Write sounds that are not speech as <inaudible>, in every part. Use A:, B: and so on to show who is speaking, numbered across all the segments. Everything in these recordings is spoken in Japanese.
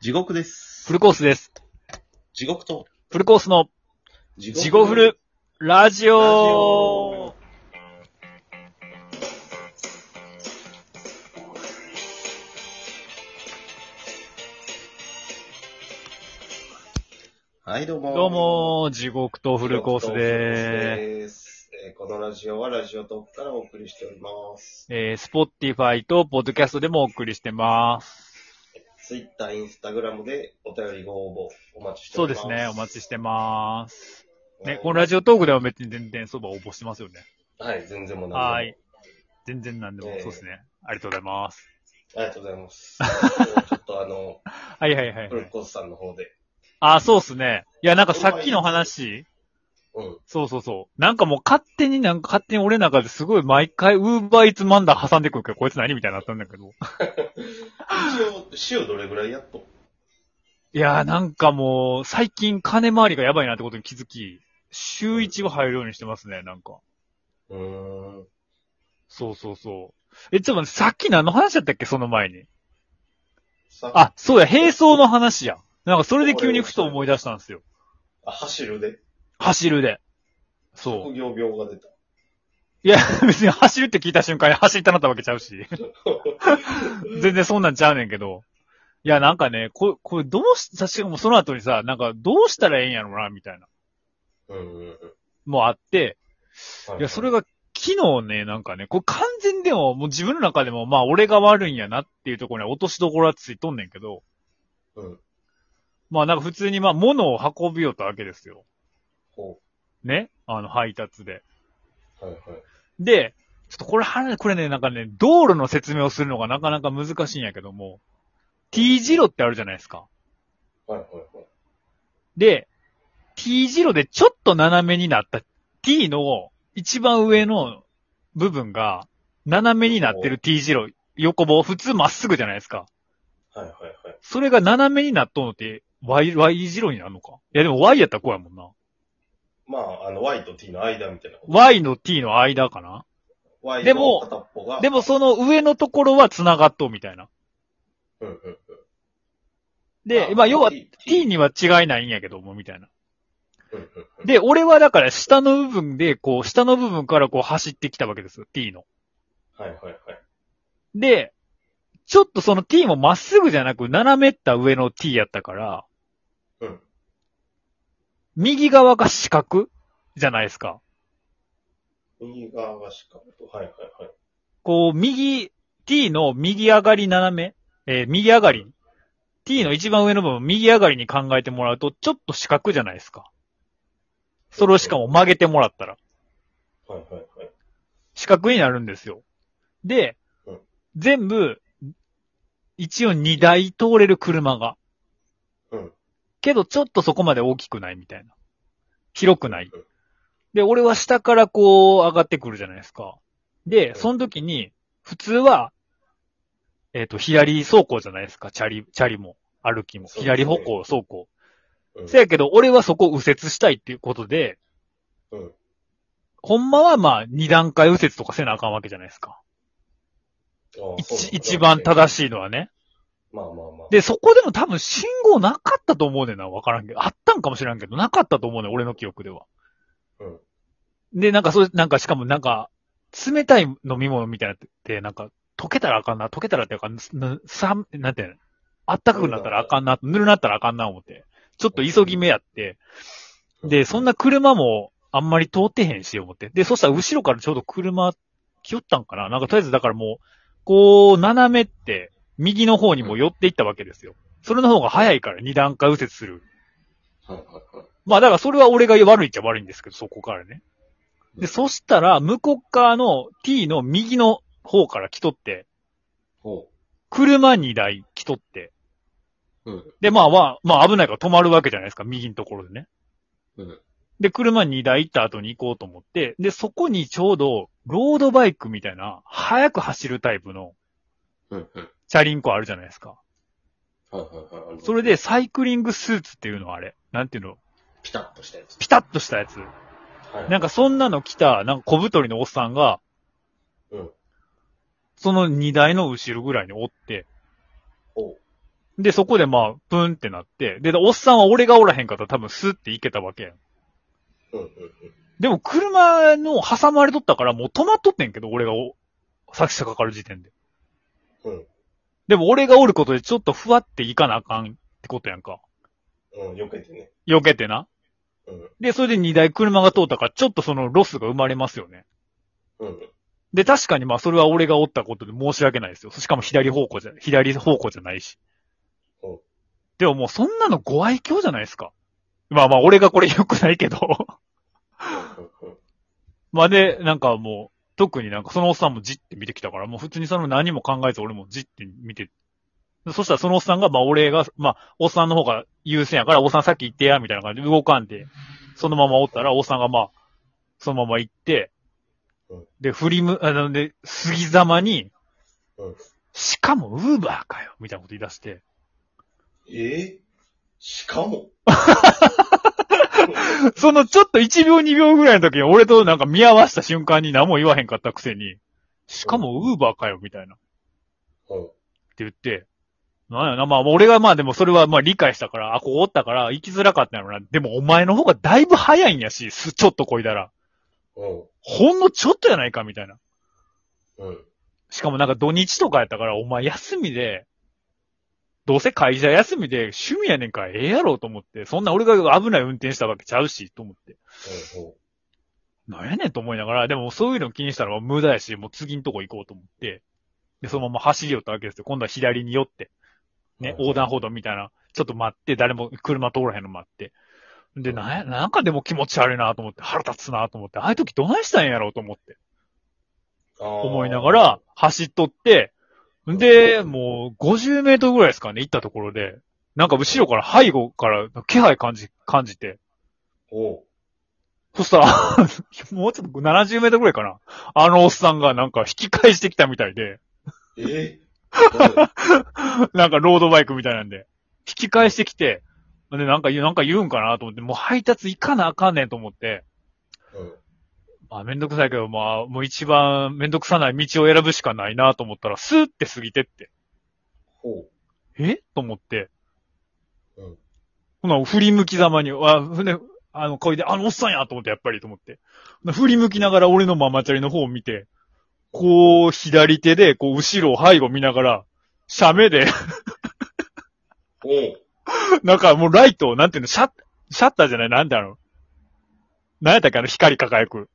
A: 地獄です。
B: フルコースです。
A: 地獄と
B: フルコースの
A: 地
B: 地獄フルラジ
A: ラジ
B: オ
A: オはい、どうも。
B: どうも、地獄とフ
A: フ
B: ルコースでーす。
A: す。えーこのラジオはラジオトークからお送りしております。
B: えー、スポッティファイとポッドキャストでもお送りしてます。
A: ツイッター、インスタグラムでお便りご応募お待ちして
B: そ
A: お
B: う
A: り
B: で
A: ます。
B: すね、お待ちしてます。
A: て
B: ね、このラジオトークでは別に全然そば応募してますよね。
A: オ。はい、全然もう何でも
B: はーい。全然なんでも、
A: ええ
B: そうですね。ありがとうございます。
A: ありがとうございます。ちょっとあの、
B: はいはいはい
A: プ
B: は
A: ル
B: い。
A: コースさんの方で。
B: あ、そうっすね。いや、なんかさっきの話、
A: うん。
B: そうそうそう。なんかもう勝手になんか勝手に俺の中ですごい毎回ウーバーイーツマンダー挟んでくるからこいつ何みたいになったんだけど。
A: 塩、塩どれぐらいやっと
B: いやーなんかもう最近金回りがやばいなってことに気づき、週1は入るようにしてますね、なんか。
A: うーん。
B: そうそうそう。え、ちょっと待って、さっき何の話だったっけその前に。
A: さ
B: あ、そうや、並走の話や。なんかそれで急にふと思い出したんですよ。
A: あ走るで。
B: 走るで。そう。
A: 職業病が出た。
B: いや、別に走るって聞いた瞬間に走りたなったわけちゃうし。 <laughs> 全然そんなんちゃうねんけど。いや、なんかね、これ、これどうし、さしかもその後にさ、なんかどうしたらええんやろな、みたいな。
A: うんうんうん。
B: もあって、
A: はい
B: や、それ、が昨日ね、なんかね、これ完全でも、もう自分の中でも、まあ俺が悪いんやなっていうところには落としどころはついとんねんけど、
A: うん。
B: まあなんか普通にまあ物を運びよったわけですよ。
A: こ
B: ねあの配達で。
A: う。はいはい。
B: で、ちょっとこれ話、これね、なんかね、道路の説明をするのがなかなか難しいんやけども、T 字路ってあるじゃないですか。
A: はいはいはい。
B: で、T 字路でちょっと斜めになった T の一番上の部分が斜めになってる T 字路、横棒、普通まっすぐじゃないですか。
A: はいはいはい。
B: それが斜めになっとんのって、Y、Y 字路になるのかいやでも Y やったらこうやもんな。
A: まあ、あの、Y と T の間みたいなこと。
B: Y の T の間かな
A: Y
B: でも
A: の片っぽが。
B: でもその上のところは繋がっとうみたいな。
A: うんうんうん。
B: で、まあ要は
A: T
B: T。には違いないんやけども、みたいな。
A: うんうんうん
B: で、俺はだから下の部分で、こう、下の部分からこう走ってきたわけですよ、T の。
A: はいはいはい。
B: で、ちょっとその t もまっすぐじゃなく、斜めった上の t やったから、
A: うん。
B: 右側が四角じゃないですか。
A: 右側がしかと。はいはいはい。
B: こう、右、t の右上がり斜め、えー右上がり、t の一番上の部分、右上がりに考えてもらうと、ちょっと四角じゃないですか。それをしかも曲げてもらったら、
A: はいはいはい。
B: 四角になるんですよ。で
A: うん、
B: 全部、一応2台通れる車が。
A: うん。
B: けど、ちょっとそこまで大きくないみたいな。広くない。
A: う
B: で、俺は下からこう上がってくるじゃないですか。で、
A: ん
B: その時に、普通は、えっ、と、左走行じゃないですか。チャリ、チャリも、歩きも。
A: そうですね
B: 左方向、走行。
A: ん。
B: せやけど、俺はそこを右折したいっていうことで、
A: うん。
B: ほんまはまあ、二段階右折とかせなあかんわけじゃないですか。
A: ああそうなんだ
B: 一一番正しいのはね。
A: まあまあまあ。
B: で、そこでも多分信号なかったと思うねんな。わからんけど。あったんかもしらんけど、なかったと思うねん、俺の記憶では。
A: うん
B: で、なんかそれ、なんかしかもなんか、冷たい飲み物みたいなって、なんか、溶けたらあかんな、溶けたらっていうか、ぬさ、なんていうの、あったかくなったらあかんな、ぬるなったらあかんな思って。ちょっと急ぎ目やって。で、そん
A: な。
B: な車もあんまり通ってへんし、思って。で、そしたら後ろからちょうど車来よったんかななんかとりあえずだからもう、こう、斜めって、右の方にも寄っていったわけですよ。それの方が早いから、二段階右折する。
A: はいはいはい。
B: まあだからそれは俺が悪いっちゃ悪いんですけど、そこからね。で、そしたら、向こう側の T の右の方から来とって、
A: ほ
B: 車2台来とって。
A: う。うん。
B: で、まあまあ、まあ危ないから止まるわけじゃないですか、右のところでね。
A: うん。
B: で、車2台行った後に行こうと思って、で、そこにちょうど、ロードバイクみたいな、速く走るタイプの、
A: うん。うん。
B: チャリンコあるじゃないですか。
A: はいはいはい。
B: それで、サイクリングスーツっていうのあれ、なんていうの、
A: ピタッとしたやつ。
B: ピタッとしたやつ。
A: はい。
B: なんかそんなの着た、なんか小太りのおっさんが、
A: うん。
B: その荷台の後ろぐらいにおって、
A: おう。
B: で、そこでまあ、プンってなって、で、おっさんは俺がおらへんかったら多分スッて行けたわけやん。
A: うんうん
B: でも車の挟まれとったからもう止まっとってんけど、俺がお、作者かかる時点で。
A: うん。
B: でも俺がおることでちょっとふわって行かなあかんってことやんか。
A: うん。うん、よく言ってね。
B: 避けてな。
A: うん。
B: で、それで荷台車が通ったからちょっとそのロスが生まれますよね。
A: うん。
B: で、確かにまあそれは俺がおったことで申し訳ないですよ。しかも左方向じゃ、左方向じゃないし
A: うん。
B: でももうそんなのご愛嬌じゃないですか。まあまあ俺がこれ良くないけど。
A: うん
B: まあで、なんかもう、特になんかそのおっさんもじって見てきたから、もう普通にその何も考えず俺もじって見て。そしたらそのおっさんが、まあ俺が、まあ、おっさんの方が優先やから、おっさん先行ってや、みたいな感じで動かんで、そのままおったら、おっさんがまあ、そのまま行って
A: うん、
B: で、振りむ、あの、で、杉ざまに
A: うん、
B: しかも、ウーバーかよみたいなこと言い出して、 <laughs>
A: ええしかも。
B: そのちょっと1秒2秒ぐらいの時に俺となんか見合わせた瞬間に何も言わへんかったくせに、しかも、ウーバーかよみたいな。
A: うん。
B: って言って、なんやな、まあ俺がまあでもそれはまあ理解したから、あ、こうおったから行きづらかったんやろな。でもお前の方がだいぶ早いんやし、すちょっとこいだら。
A: うん。
B: ほんのちょっとやないか、みたいな。
A: うん。
B: しかもなんか土日とかやったから、お前休みで、どうせ会社休みで趣味やねんからええやろうと思って、そんな俺が危ない運転したわけちゃうし、と思って。なんやねんと思いながら、でもそういうの気にしたらもう無駄やし、もう次のとこ行こうと思って、で、そのまま走り寄ったわけですよ。今度は左に寄って、ね、
A: うん
B: 横断歩道みたいな、ちょっと待って、誰も車通らへんの待って。で、
A: うん
B: なんや、なんかでも気持ち悪いなと思って、腹立つなと思って、ああいう時どないしたんやろうと思って、思
A: 思
B: いなが、ら走っとって、で、もう50メートルぐらいですかね、行ったところで、なんか後ろから背後から気配感じ、感じて、
A: おう
B: そしたら、 <laughs> もうちょっと70メートルぐらいかな。あのおっさんがなんか引き返してきたみたいで、
A: えー、
B: <laughs> なんかロードバイクみたいなんで、引き返してきて、で、なんか言う、なんか言うんかなと思って、もう配達行かなあかんねんと思って、
A: うん。
B: まあめんどくさいけど、まあもう一番めんどくさない道を選ぶしかないなと思ったら、スーって過ぎてって、
A: ほう。
B: えと思って、
A: うん。
B: ほな、振り向きざまに、あ、船、あの、こいで、あのおっさんやと思って、やっぱりと思って。ほな振り向きながら俺のママチャリの方を見て、こう、左手で、こう、後ろを背後見ながら、シャメで、
A: おう。
B: なんかもうライトを、なんていうの、シャッ、シャッターじゃない、なんだろう。なんやったっけ、あの、光輝く。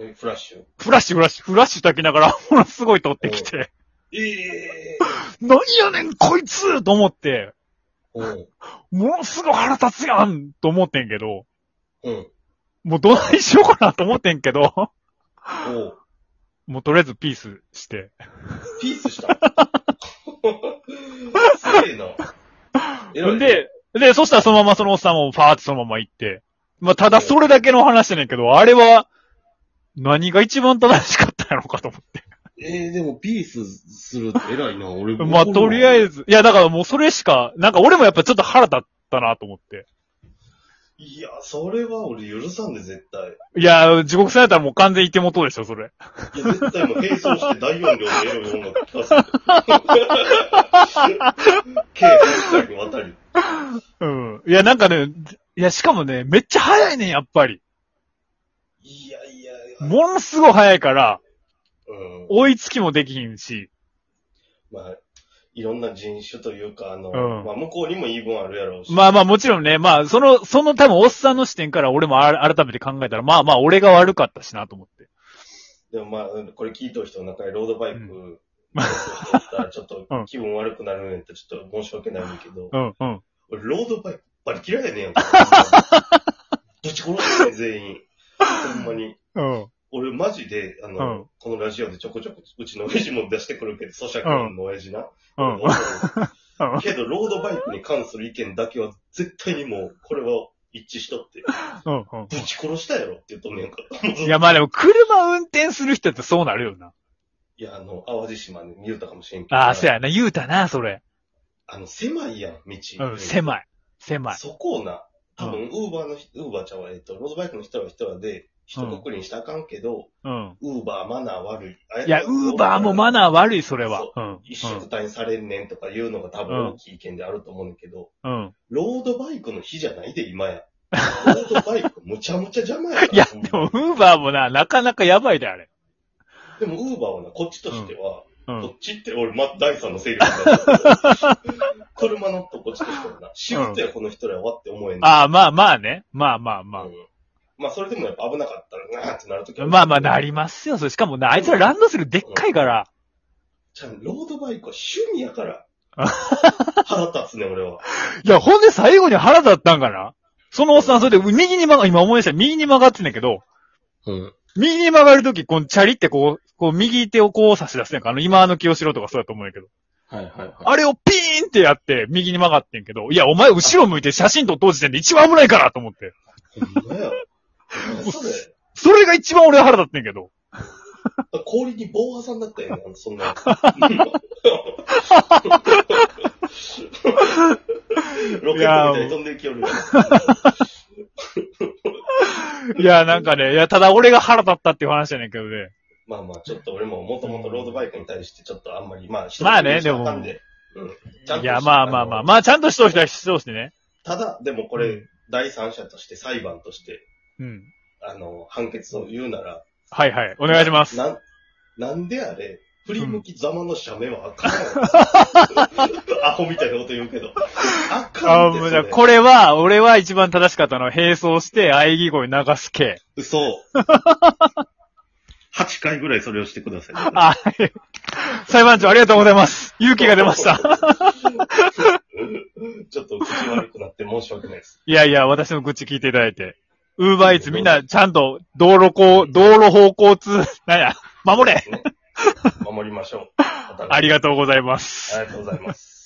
A: えー、フラッシュ。
B: フラッシュ、フラッシュ、フラッシュ焚きながら、 <laughs> ものすごい撮ってきて、
A: ええ
B: 何やねん、こいつと思って、
A: おう。
B: ものすごい腹立つやんと思ってんけど、
A: うん。
B: もうどないしようかなと思ってんけど、 <laughs>
A: おう。
B: もうとりあえずピースして。
A: ピースした。すげえな。
B: <laughs>
A: 偉いね、
B: で、で、そしたらそのままそのおっさんもファーってそのまま行って。まあ、ただそれだけの話じゃないけど、あれは、何が一番正しかったんやろうかと思って。
A: えー、でもピースするって偉いな、俺
B: <laughs> まあ、とりあえ
A: ず。
B: ず、いや、だからもうそれしか、なんか俺もやっぱちょっと腹立ったなと思って。
A: いや、それは俺許さんで、絶対。
B: いや、地獄さんやったらもう完全に手元でしょ、それ。
A: いや、絶対もう並走して大音量でエロい音楽聴かせ
B: <laughs>
A: て。計8回にわたり。
B: うん。いや、なんかね、いや、しかもね、めっちゃ早いねん、やっぱり。
A: いやいやいや。
B: ものすごい早いから、
A: うん。
B: 追いつきもできひんし。
A: まあ、いろんな人種というか、あの、
B: うん
A: まあ向こうにも言い分あるやろうし。
B: まあまあもちろんね、まあその、その多分おっさんの視点から俺もあら改めて考えたら、まあまあ俺が悪かったしなと思って。
A: でもまあ、これ聞いとる人の中にロードバイク、
B: うん
A: ちょっと
B: うん
A: 気分悪くなるんやったらちょっと申し訳ないんだけど、
B: うんうん。
A: 俺ロードバイクバリ嫌いや
B: <laughs>
A: ねんやんか。ぶち殺して全員。ほんまに。
B: うん。
A: 俺マジで、あの、
B: うん
A: このラジオでちょこちょこうちの親父も出してくるけど、咀嚼音の親父な。
B: うん。うん
A: けど、ロードバイクに関する意見だけは絶対にもう、これは一致しとって、
B: うん。うん
A: ぶち殺したやろって言っとんねんから。
B: いやまあでも車運転する人ってそうなるよな。
A: いや、あの、淡路島で見るたかもしれんけど。
B: ああ、そうやな。言うたな、それ。
A: あの、狭いやん、道。
B: うん。
A: い。
B: 狭い。狭い。
A: そこをな、多分、ウーバーの人、ウーバーちゃんは、えっと、ロードバイクの人は人はで、一括りにしたらあかんけど、
B: うん。
A: ウーバーマナー悪い。あ
B: いや、ウーバーもマナー悪い、それは。うん。
A: 一緒くたにされんねんとかいうのが多分大きい意見であると思うんだけど、
B: うん。うん。
A: ロードバイクの日じゃないで、
B: <laughs>
A: 今や。ロードバイクむちゃむちゃ邪魔やから。
B: いや、でも、ウーバーもな、なかなかやばいで、あれ。
A: でも、ウーバーはな、こっちとしては、
B: う
A: こ
B: ん。
A: っちって、俺、ま、第三の勢力なんだ
B: <laughs>
A: けど車乗ったこっちとしてはな、仕事やこの人らはって思えん
B: ああ、まあまあね。まあまあま
A: うんまあ、それでもやっぱ危なかったらなーってなるとき
B: あ。まあまあ、なりますよ。それしかもな、あいつらランドセルでっかいから。
A: ちゃん、ロードバイクは趣味や
B: <laughs>
A: から。腹立つね、俺は。
B: いや、ほんで最後に腹立ったんかなそのおっさん、それで、右に曲が、今思い出した。右に曲がってんだけど、
A: うん。
B: 右に曲がるとき、このチャリってこう、こう、右手をこう差し出すやんか。あの、今あの清志郎とかそうだと思うんやけど。
A: はいはいはい。
B: あれをピーンってやって、右に曲がってんけど、いや、お前後ろ向いて写真撮った時点で一番危ないからと思って。
A: ほんま
B: <laughs>
A: や。何それ。
B: それが一番俺は腹立ってんけど。
A: 氷に棒挟んだった
B: <laughs>
A: よ、あのそんな。ロケットみたいに飛んでいきよるやん。
B: いや、なんかね、いや、ただ俺が腹立ったっていう話やねんけどね。
A: まあまあ、ちょっと俺ももともとロードバイクに対してちょっとあんまり、まあ、
B: まあね
A: 人に言うしあかんでうんちゃんと
B: いや、まあまあまあ、まあちゃんとしと人はしとしてね。
A: ただ、でもこ
B: う
A: れ、第三者として裁判として、
B: うん。
A: あの、判決を言うなら、
B: はいはい、お願いします。
A: な、なんであれ、振り向きざまの写メはあかんや
B: <laughs>
A: ろ。アホみたいなこと言うけど。あか
B: あ
A: んって
B: も
A: そう
B: じゃあ
A: れ。
B: これは、俺は一番正しかったのは、並走して、喘ぎ声流す系。
A: 嘘。8回ぐらいそれをしてください。
B: あ、 <laughs> はい裁判長ありがとうございます。勇気が出ま
A: <laughs>
B: した。
A: ちょっと口悪くなって申し訳ないです。
B: いやいや、私の愚痴聞いていただいて。ウーバーイーツみんな、ちゃんと、道路交、道路方向通、なんや、守れ
A: 守りましょう。
B: <laughs> ありがとうございます。
A: ありがとうございます。